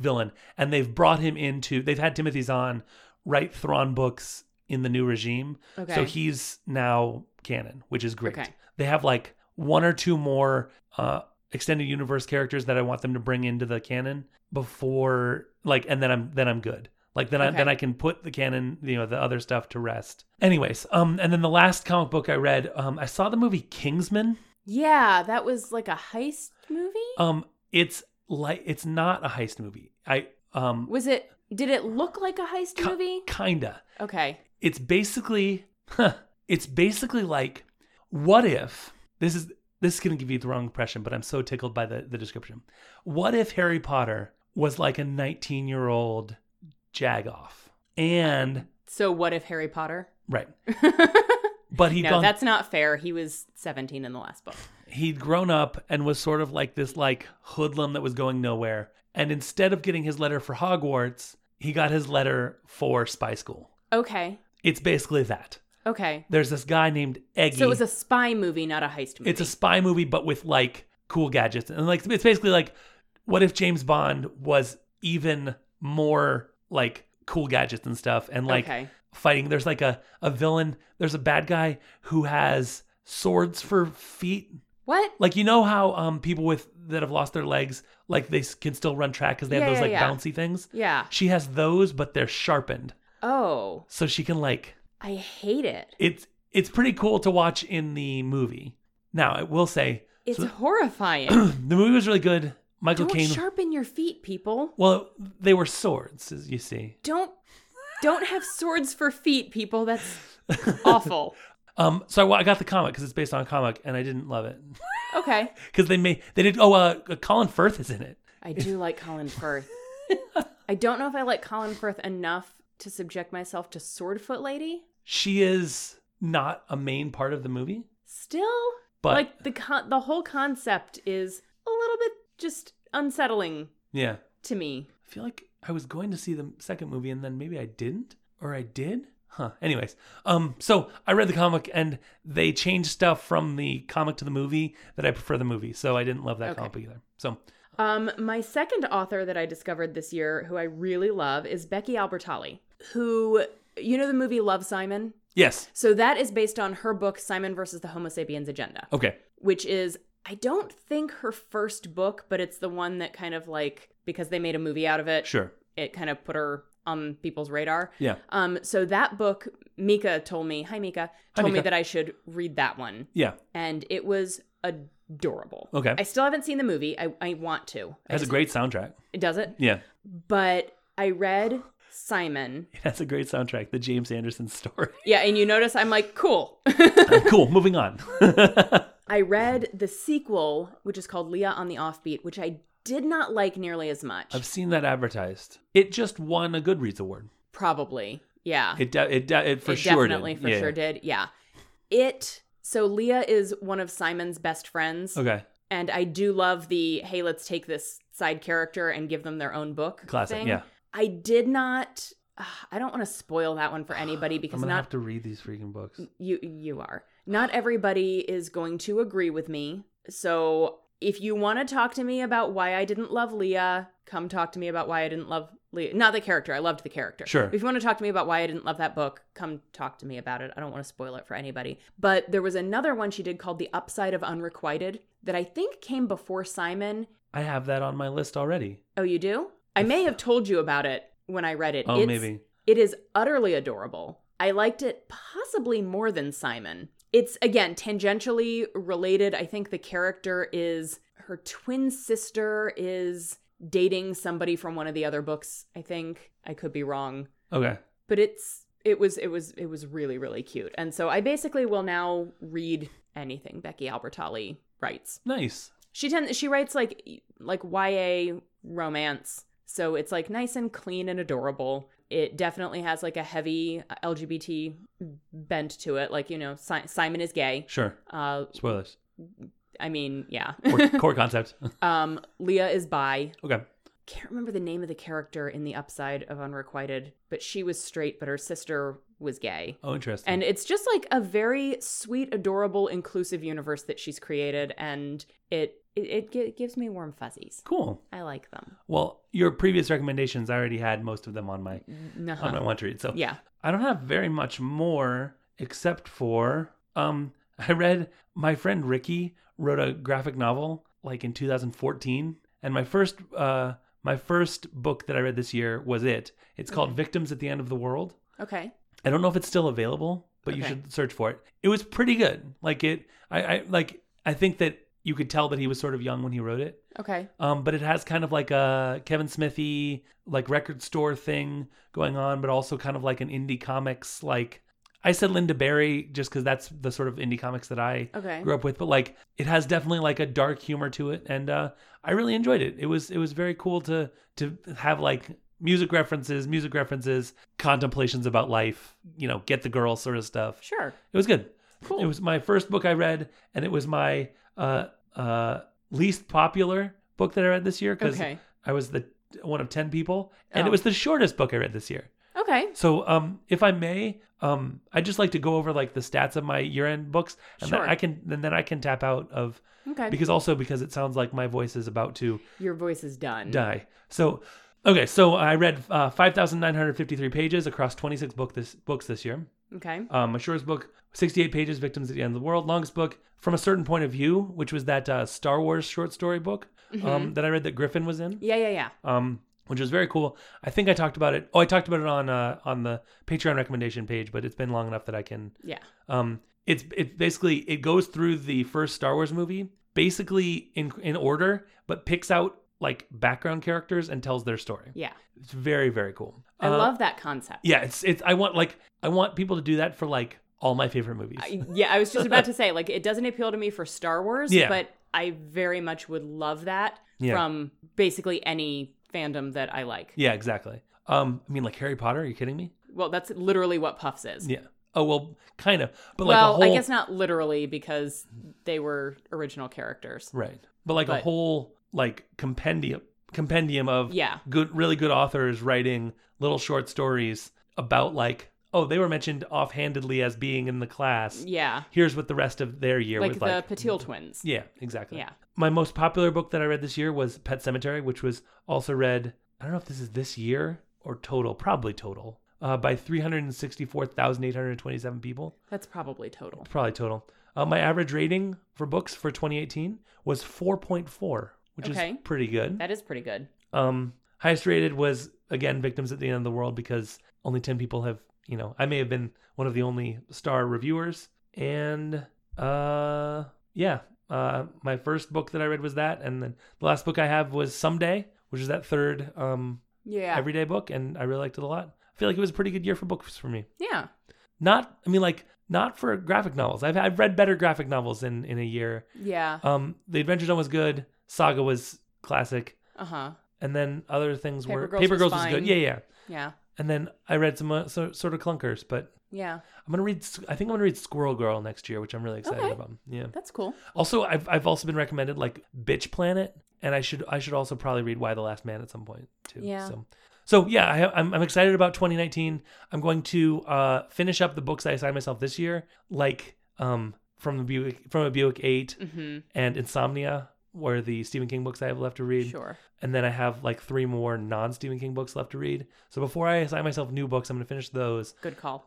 villain, and they've brought him into. They've had Timothy Zahn write Thrawn books in the new regime, Okay. so he's now canon, which is great. Okay. They have like one or two more uh, extended universe characters that I want them to bring into the canon before, like, and then I'm then I'm good. Like then I Okay. then I can put the canon, you know, the other stuff to rest. Anyways, um, and then the last comic book I read, um, I saw the movie Kingsman. yeah, that was like a heist movie. Um, it's like it's not a heist movie. I um, was it? Did it look like a heist Ki- movie? kinda. Okay. it's basically it's basically like what if this is this is going to give you the wrong impression but i'm so tickled by the, the description what if harry potter was like a 19 year old jagoff and So what if Harry Potter? [laughs] right no, but he'd gone that's not fair. He was 17 in the last book. he'd grown up and was sort of like this like hoodlum that was going nowhere and instead of getting his letter for hogwarts he got his letter for spy school Okay. it's basically that Okay. there's this guy named eggy So it was a spy movie, not a heist movie. It's a spy movie, but with like cool gadgets. And like, it's basically like, what if James Bond was even more like cool gadgets and stuff and like okay. fighting? There's like a, a villain, there's a bad guy who has swords for feet. What? Like, you know how um, people with that have lost their legs, like they s- can still run track because they Yeah, have those yeah, like yeah. bouncy things? Yeah. She has those, but they're sharpened. Oh, So she can like I hate it. it's it's pretty cool to watch in the movie. Now I will say It's so- [clears throat] horrifying. the movie was really good. Michael Don't Caine. sharpen your feet, people. well, they were swords, as you see. Don't don't have swords for feet, people. That's [laughs] awful. Um, so I, wa- I got the comic because it's based on a comic, and I didn't love it [laughs] Okay. because they made they did. Oh, uh, Colin Firth is in it. I do like Colin Firth. I don't know if I like Colin Firth enough to subject myself to Swordfoot Lady. She is not a main part of the movie, Still, but like the con- the whole concept is a little bit just unsettling yeah, to me. I feel like I was going to see the second movie, and then maybe I didn't, or I did. Huh. Anyways, um, so I read the comic, and they changed stuff from the comic to the movie that I prefer the movie, so I didn't love that Okay. comic either. So Um, my second author that I discovered this year, who I really love, is Becky Albertalli, who you know the movie Love Simon. yes, So that is based on her book Simon versus the Homo Sapiens Agenda, okay, which is I don't think her first book, but it's the one that kind of like because they made a movie out of it, sure, it kind of put her on people's radar. yeah, Um, so that book, Mika told me, hi Mika, Hi, told me Mika. that I should read that one, yeah. and it was adorable. Okay. I still haven't seen the movie. I, I want to. I It has a just- great soundtrack. It does it, Yeah. but I read Simon. It has a great soundtrack, the James Anderson [laughs] [laughs] story. Yeah, and you notice I'm like Oh, cool. [laughs] cool, moving on. I read the sequel, which is called Leah on the Offbeat, which I did not like nearly as [laughs] much. I've seen that advertised. It just won a Goodreads award. Probably, yeah. It de- it, de- it for it sure definitely did. for Yeah, sure yeah. did. Yeah, it. So Leah is one of Simon's best friends. Okay. and I do love the hey, let's take this side character and give them their own book. Classic, thing. yeah. I did not. [sighs] ugh, I don't want to spoil that one for anybody I'm because going to not Mm. have to read these freaking books. you you are not everybody is going to agree with me. So if you want to talk to me about why I didn't love Leah, come talk to me about why I didn't love Leah. Not the character. I loved the character. Sure. If you want to talk to me about why I didn't love that book, come talk to me about it. I don't want to spoil it for anybody. But there was another one she did called The Upside of Unrequited that I think came before Simon I have that on my list already. Oh, you do? I may have told you about it when I read it. Oh, It's- maybe. It is utterly adorable. I liked it possibly more than Simon. It's, again, tangentially related. I think the character is her twin sister is dating somebody from one of the other books, I think. I could be wrong. Okay. But it's. It was it was it was really really cute, and so I basically will now read anything Becky Albertalli writes. Nice. She tend she writes like like YA romance, so it's like nice and clean and adorable. It definitely has like a heavy uh, LGBT bent to it. Like you know, si- Simon is gay. Sure. Uh, Spoilers. I mean, yeah. [laughs] Core, core concept. [laughs] um, Leah is bi. Okay. can't remember the name of the character in the upside of unrequited but she was straight but her sister was gay Oh, interesting. and it's just like a very sweet adorable inclusive universe that she's created and it it, it gi- gives me warm fuzzies cool. i like them Well, your previous recommendations, I already had most of them on my uh-huh. on my want to read. So yeah I don't have very much more except for um [laughs] I read my friend Ricky wrote a graphic novel like in 2014 and my first uh my first book that I read this year was it. It's called Okay. Victims at the End of the World. okay I don't know if it's still available, but you Okay. should search for it. It was pretty good. Like it I, I like I think that you could tell that he was sort of young when he wrote it. okay Um, but it has kind of like a Kevin Smithy like record store thing going on, but also kind of like an indie comics like I said Linda Barry just because that's the sort of indie comics that I okay grew up with. But like it has definitely like a dark humor to it, and uh, I really enjoyed it. It was it was very cool to to have like music references, music references, contemplations about life, you know, get the girl sort of stuff. sure It was good. Cool. It was my first book I read, and it was my uh, uh, least popular book that I read this year because okay I was the one of ten people, and Oh. it was the shortest book I read this year. okay So, um, if I may, um, I just like to go over like the stats of my year-end books, and Sure. then I can and then I can tap out of okay because also because it sounds like my voice is about to your voice is done die. So, okay, so I read uh, five thousand nine hundred fifty-three pages across twenty-six book this books this year. okay Um, my shortest book, 68 pages, Victims at the End of the World. Longest book, From a Certain Point of View, which was that uh, Star Wars short story book Mm-hmm. um, that I read that Griffin was in, yeah yeah yeah um, which was very cool. I think I talked about it. Oh, I talked about it on uh, on the Patreon recommendation page, but it's been long enough that I can yeah um, it's it's basically it goes through the first Star Wars movie basically in in order, but picks out like background characters and tells their story. yeah It's very very cool. i Uh, love that concept Yeah, it's it's. I want like I want people to do that for like all my favorite movies. I- yeah, I was just about to say, like, it doesn't appeal to me for Star Wars, Yeah. but I very much would love that Yeah. from basically any fandom that I like. yeah, exactly. Um, I mean, like Harry Potter. Are you kidding me? Well, that's literally what Puffs is. Yeah. Oh well, kind of. But like well, a whole I guess not literally because they were original characters. right. But like a but- whole like compendium compendium of Yeah. good, really good authors writing little short stories about like oh they were mentioned offhandedly as being in the class. Yeah. Here's what the rest of their year Like was the like. Patil twins. yeah, exactly. Yeah. My most popular book that I read this year was Pet Cemetery, which was also read, I don't know if this is this year or total, probably total, uh, by 364,827 people. That's probably total. Probably total. Uh, my average rating for books for 2018 was 4.4, which Okay. is pretty good. That is pretty good. Um, highest rated was, again, Victims at the End of the World because only 10 people have, you know, I may have been one of the only star reviewers. And uh, yeah, uh, my first book that I read was that. And then the last book I have was Someday, which is that third um, Yeah. everyday book. And I really liked it a lot. I feel like it was a pretty good year for books for me. yeah. Not, I mean, like, not for graphic novels. I've, I've read better graphic novels in, in a year. Yeah. Um, the Adventure Zone was good. Saga was classic Uh huh. and then other things Paper were Girls Paper was Girls was fine. good. Yeah, yeah. Yeah. And then I read some uh, so, sort of clunkers, but Yeah. I'm gonna read. S- I think I'm gonna read Squirrel Girl next year, which I'm really excited Okay. about. Yeah. That's cool. Also, I've I've also been recommended like Bitch Planet, and I should I should also probably read Why the Last Man at some point too. Yeah. So. So yeah, I, ha- I'm I'm excited about 2019. I'm going to uh, finish up the books I assigned myself this year, like um from the Buick from a Buick Eight Mm and Insomnia, were the Stephen King books I have left to hmm. read Sure. and then I have like three more non Stephen King books left to read. So before I assign myself new books, I'm going to finish those. [laughs] Good [laughs] call.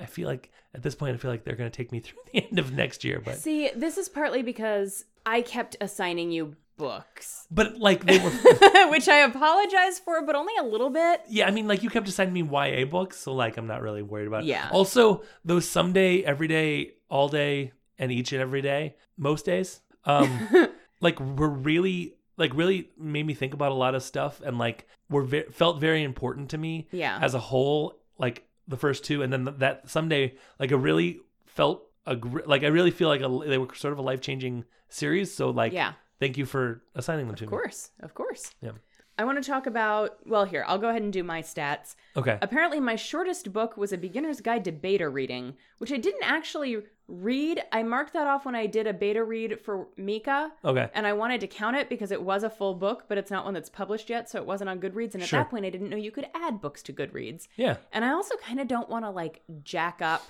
I feel like at this point, I feel like they're going to take me [laughs] through the end of next year, but See, this is partly because I kept assigning you [laughs] books, but like they were. which I apologize for, but only a little bit. Yeah, I mean, like you kept assigning me YA books, so like I'm not really worried about it. Yeah. Also, those someday, every day, all day, and each and every day, most days, [laughs] um, like were really like really made me think about a lot of stuff, and like were ve- felt very important to me. Yeah. as a whole, like the first two, and then th- that someday, like a really felt a gr- like I really feel like a, they were sort of a life changing series. So like, yeah. thank you for assigning them to Of course. Of course. Yeah. I want to talk about, well, here, I'll go ahead and do my stats. me. Okay, Apparently, my shortest book was A Beginner's Guide to Beta Reading, which I didn't actually Read, I marked that off when I did a beta read for Mika, Okay. and I wanted to count it because it was a full book, but it's not one that's published yet, so it wasn't on Goodreads. And at Sure. that point, I didn't know you could add books to Goodreads. Yeah. And I also kind of don't want to like jack up,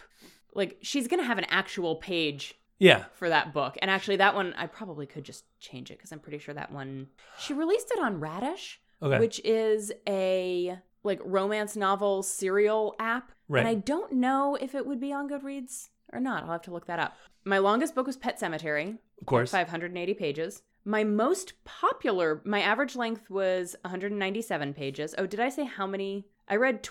like, she's going to have an actual page Yeah. for that book. And actually, that one, I probably could just change it because I'm pretty sure that one, she released it on Radish Okay. which is a like romance novel serial app. Right. And I don't know if it would be on Goodreads or not. I'll have to look that up. My longest book was Pet Cemetery, of course. 580 pages. My most popular, my average length was 197 pages. Oh, did I say how many? I read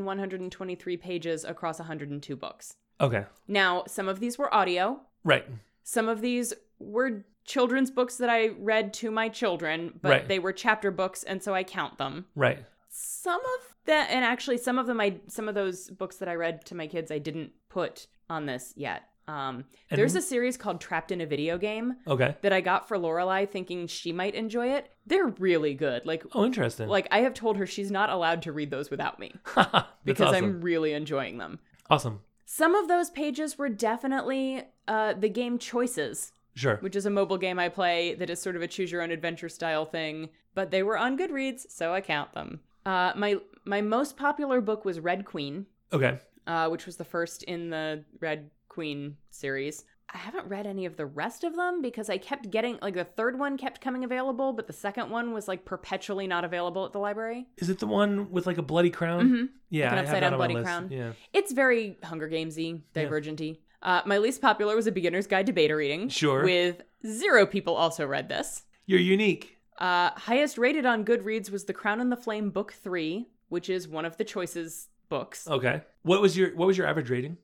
20,123 pages across 102 books. Okay. Now, some of these were audio, Right. some of these were children's books that I read to my children, but Right. they were chapter books, and so I count them Right. some of that and actually some of them i some of those books that i read to my kids i didn't put on this yet um And- there's a series called trapped in a video game Okay. that i got for lorelei thinking she might enjoy it they're really good like Oh, interesting. like i have told her she's not allowed to read those without me [laughs] That's because awesome. i'm really enjoying them awesome. some of those pages were definitely uh, the game choices Sure. which is a mobile game i play that is sort of a choose your own adventure style thing but they were on goodreads so i count them uh, my my most popular book was red queen Okay. uh, which was the first in the red queen series i haven't read any of the rest of them because i kept getting like the third one kept coming available but the second one was like perpetually not available at the library Is it the one with like a bloody crown? Mhm. Yeah, Like an I have upside that down on my bloody list. crown. Yeah. it's very hunger gamesy Yeah. divergenty uh, my least popular was a beginner's guide to beta reading Sure. with zero people also read this You're unique. Uh, highest rated on Goodreads was The Crown and the Flame Book Three, which is one of the choices books. Okay. What was your what was your average rating?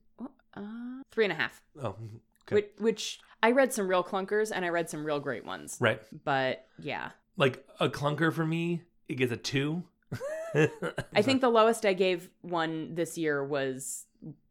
Uh, three and a half. Oh, Which, Okay. which I read some real clunkers and I read some real great ones. right. But yeah, Like a clunker for me, it gets a 2. I think the lowest I gave one this year was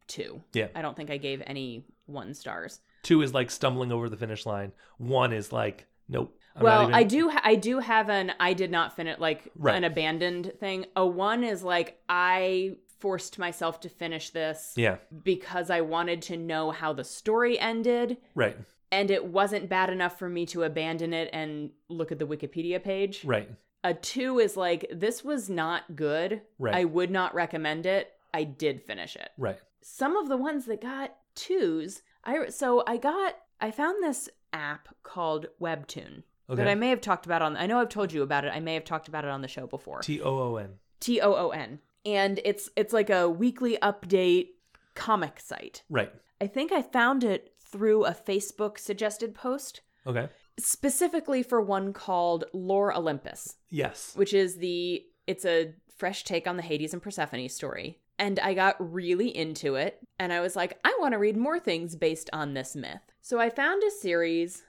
two. Yeah. I don't think I gave any one stars. 2 is like stumbling over the finish line. 1 is like nope. I'm not well, even- I do. Ha- I do have an I did not finish like Right. an abandoned thing. A one is like I forced myself to finish this Yeah, because I wanted to know how the story ended. right. and it wasn't bad enough for me to abandon it and look at the Wikipedia page. Right. A two is like, this was not good. Right. I would not recommend it. I did finish it. Right. Some of the ones that got twos, I so I got I found this app called Webtoon that I Okay. may have talked about on I know I've told you about it. I may have talked about it on the show before. T O O N. T O O N. And it's it's like a weekly update comic site. Right. I think I found it through a Facebook suggested post Okay. specifically for one called Lore Olympus, Yes. which is the it's a fresh take on the Hades and Persephone story. And I got really into it and I was like, I want to read more things based on this myth. So I found a series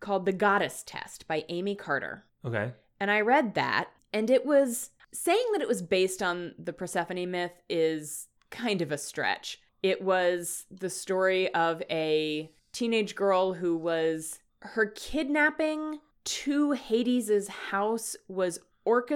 called The Goddess Test by Amy Carter. Okay. And I read that and it was saying that it was based on the Persephone myth is kind of a stretch. It was the story of a teenage girl who was her kidnapping to Hades's house was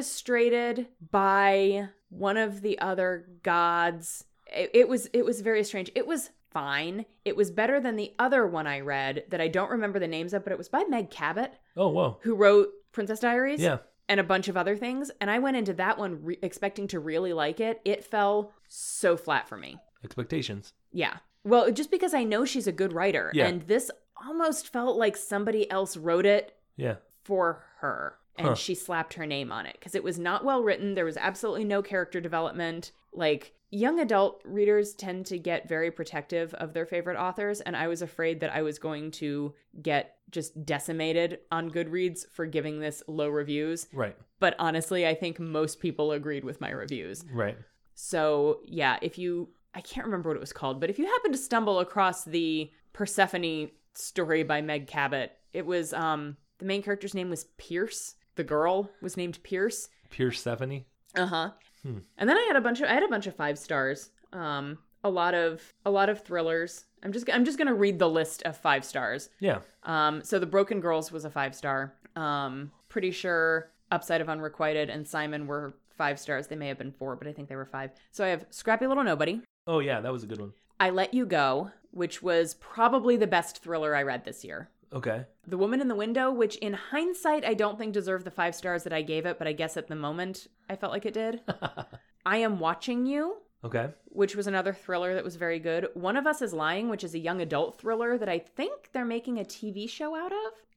orchestrated by one of the other gods. It, it was it was very strange. It was fine. It was better than the other one I read that I don't remember the names of, but it was by Meg Cabot Oh, whoa. who wrote Princess Diaries Yeah. and a bunch of other things. And I went into that one re- expecting to really like it. It fell so flat for me. Expectations. Yeah. Well, just because I know she's a good writer. Yeah. And this almost felt like somebody else wrote it Yeah. for her and Huh. she slapped her name on it because it was not well written. There was absolutely no character development. Like, young adult readers tend to get very protective of their favorite authors, and I was afraid that I was going to get just decimated on Goodreads for giving this low reviews. Right. But honestly, I think most people agreed with my reviews. Right. So, yeah, if you, I can't remember what it was called, but if you happen to stumble across the Persephone story by Meg Cabot, it was, um, the main character's name was Pierce. The girl was named Pierce. Pure 70. Uh huh. Hmm. And then I had a bunch of, I had a bunch of five stars. Um, a lot of, a lot of thrillers. I'm just, I'm just gonna read the list of five stars. Yeah. Um, so the Broken Girls was a five star. Um, pretty sure Upside of Unrequited and Simon were five stars. They may have been four, but I think they were five. So I have Scrappy Little Nobody, Oh, yeah. That was a good one. I Let You Go, which was probably the best thriller I read this year. Okay. The Woman in the Window, which in hindsight I don't think deserved the five stars that I gave it, but I guess at the moment I felt like it did. I Am Watching You, okay. which was another thriller that was very good. One of Us is Lying, which is a young adult thriller that I think they're making a TV show out of.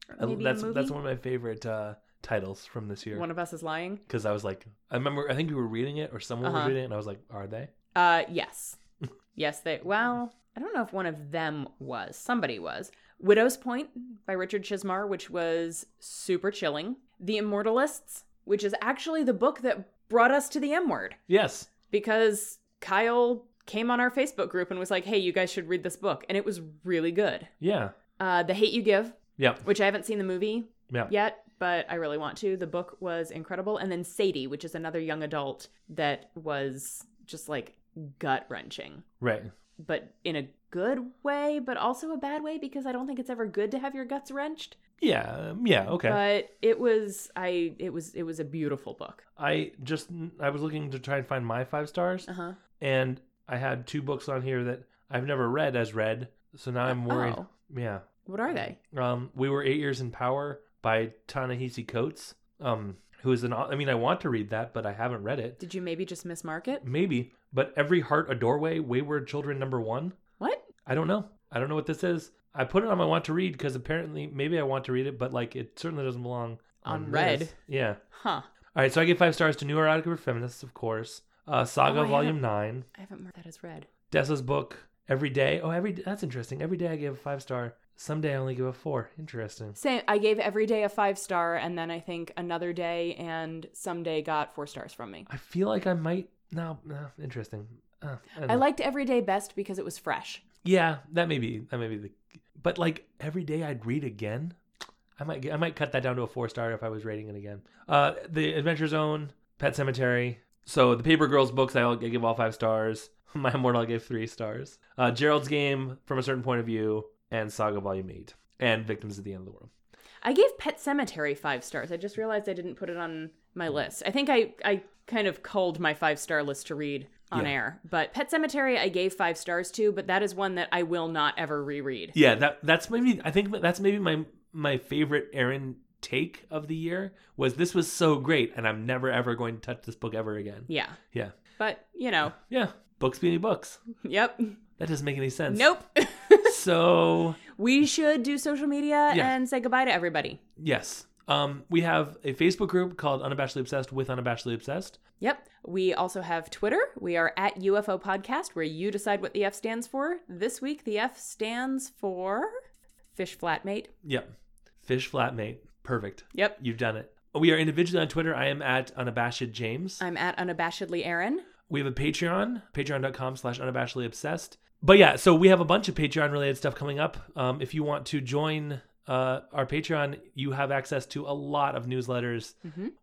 I- or Maybe Uh, that's a movie. that's one of my favorite uh, titles from this year. One of Us is Lying. Because I was like, I remember, I think you were reading it or someone Uh-huh. was reading it, and I was like, are they? Uh, [laughs] yes. yes, they. Well, I don't know if one of them was. Somebody was. Widow's Point by Richard Chismar, which was super chilling. The Immortalists, which is actually the book that brought us to the M word Yes. because Kyle came on our Facebook group and was like, hey, you guys should read this book. And it was really good. Yeah. Uh, the Hate You Give, Yep. which I haven't seen the movie Yeah. yet, but I really want to. The book was incredible. And then Sadie, which is another young adult that was just like gut wrenching, Right. but in a good way, but also a bad way because I don't think it's ever good to have your guts wrenched. Yeah. um, Yeah. Okay. But it was I it was it was a beautiful book. I just I was looking to try and find my five stars, Uh-huh. and I had two books on here that I've never read as read, so now I'm worried. Oh, Yeah. what are they? Um, we were eight years in power by Ta-Nehisi Coates. Um, who is an au- I mean, I want to read that, but I haven't read it. Did you maybe just mismark it? Maybe, but every heart a doorway, wayward children number one. What? I don't know. I don't know what this is. I put it on my want to read because apparently maybe I want to read it, but like it certainly doesn't belong On this. read. Yeah. Huh. All right. So I give five stars to New Erotic for Feminists, of course. Uh, Saga Oh, I Volume haven't- Nine, I haven't marked that as read. Desa's book. Every day. Oh, every that's interesting. Every day I give a five star. Someday I only give a four. Interesting. Same. I gave every day a five star, and then I think another day and someday got four stars from me. I feel like I might. No, no. Interesting. Uh, don't I know. liked every day best because it was fresh. Yeah, that may be that may be the. But like every day I'd read again. I might get- I might cut that down to a four star if I was rating it again. Uh, the Adventure Zone, Pet Cemetery. So the Paper Girls books I all I give all five stars. [laughs] My Immortal I gave three stars. Uh, Gerald's Game from a certain point of view and Saga Volume Eight and Victims of the End of the World. I gave Pet Cemetery five stars. I just realized I didn't put it on my list. I think I, I kind of culled my five star list to read on Yeah. air. But Pet Cemetery, I gave five stars to, but that is one that I will not ever reread. Yeah, that that's maybe I think that's maybe my my favorite Aaron take of the year was this was so great and I'm never ever going to touch this book ever again. Yeah. Yeah. But, you know, Yeah, books being books. yep. That doesn't make any sense. Nope. [laughs] So we should do social media Yeah. and say goodbye to everybody. yes, um, we have a Facebook group called Unabashedly Obsessed with Unabashedly Obsessed. Yep. We also have Twitter. We are at UFO Podcast, where you decide what the F stands for. This week, the F stands for Fish Flatmate. Yep, fish flatmate. Perfect. Yep. You've done it. We are individually on Twitter. I am at unabashed James. I'm at unabashedly Aaron. We have a Patreon, patreon.com slash unabashedly obsessed. But yeah, so we have a bunch of Patreon related stuff coming up. Um, if you want to join uh, our Patreon, you have access to a lot of newsletters.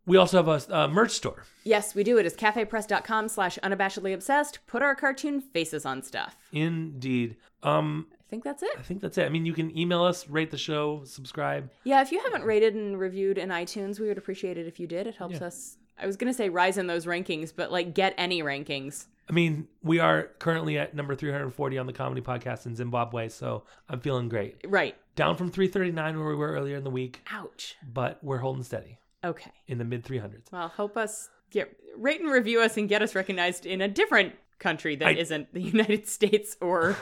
We also have a, a merch store. Yes, we do. It is cafepress.com slash unabashedly obsessed. Put our cartoon faces on stuff. Indeed. Um, I think that's it. I think that's it. I mean, you can email us, rate the show, subscribe. Yeah, if you haven't rated and reviewed in iTunes, we would appreciate it if you did. It helps Yeah. us. I was going to say rise in those rankings, but like get any rankings. I mean, we are currently at number 340 on the comedy podcast in Zimbabwe, so I'm feeling great. Right. Down from 339 where we were earlier in the week, Ouch. but we're holding steady Okay. in the mid 300s. Well, help us get rate and review us and get us recognized in a different country that I- not the [laughs] United States [laughs] or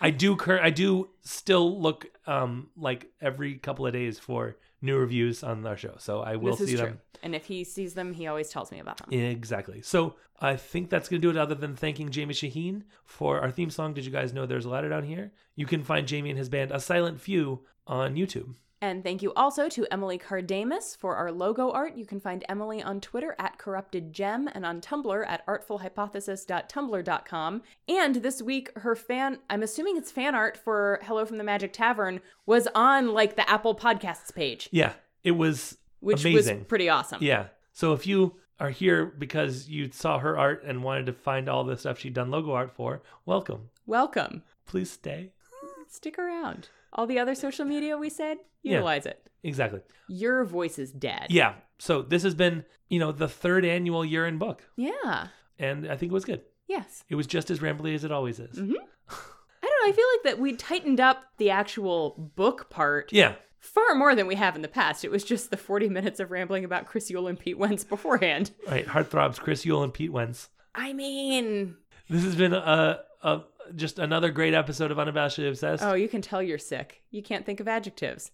I do cur- I do still look um like every couple of days for new reviews on our show, so I will this is see true. them. And if he sees them, he always tells me about them. Exactly. So I think that's going to do it, other than thanking Jamie Shaheen for our theme song. Did you guys know there's a ladder down here? You can find Jamie and his band A Silent Few on YouTube. And thank you also to Emily Cardamus for our logo art. You can find Emily on Twitter at corruptedgem and on Tumblr at artfulhypothesis.tumblr.com. And this week, her fan, I'm assuming it's fan art for Hello from the Magic Tavern, was on like the Apple Podcasts page, Yeah, it was which amazing. was pretty awesome. Yeah. So if you are here because you saw her art and wanted to find all the stuff she'd done logo art for, welcome. Welcome. Please stay. Stick around. All the other social media we said, Yeah. utilize it. Exactly. Your voice is dead. Yeah. So this has been, you know, the third annual year in book, Yeah. and I think it was good. Yes. It was just as rambly as it always is. Mhm. I don't know. I feel like that we tightened up the actual book part Yeah. far more than we have in the past. It was just the 40 minutes of rambling about Chris Yule [laughs] and Pete Wentz beforehand. Right. Heartthrobs, Chris Yule and Pete Wentz. I mean, This has been a, a just another great episode of Unabashedly Obsessed. oh, you can tell you're sick. You can't think of adjectives.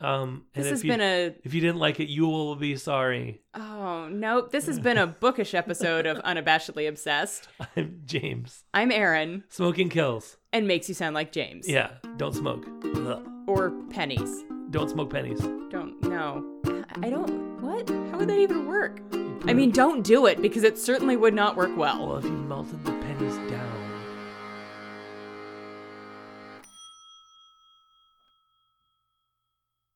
um, and This if has you, been a if you didn't like it, you will be sorry. [laughs] oh nope. This has been a bookish episode of Unabashedly Obsessed. I'm James. I'm Aaron, Smoking kills. and makes you sound like James. Yeah. Don't smoke. Ugh. Or pennies. Don't smoke pennies. Don't know. I don't. What? How would that even work? I mean, don't do it because it certainly would not work well. well, if you melted the pennies down.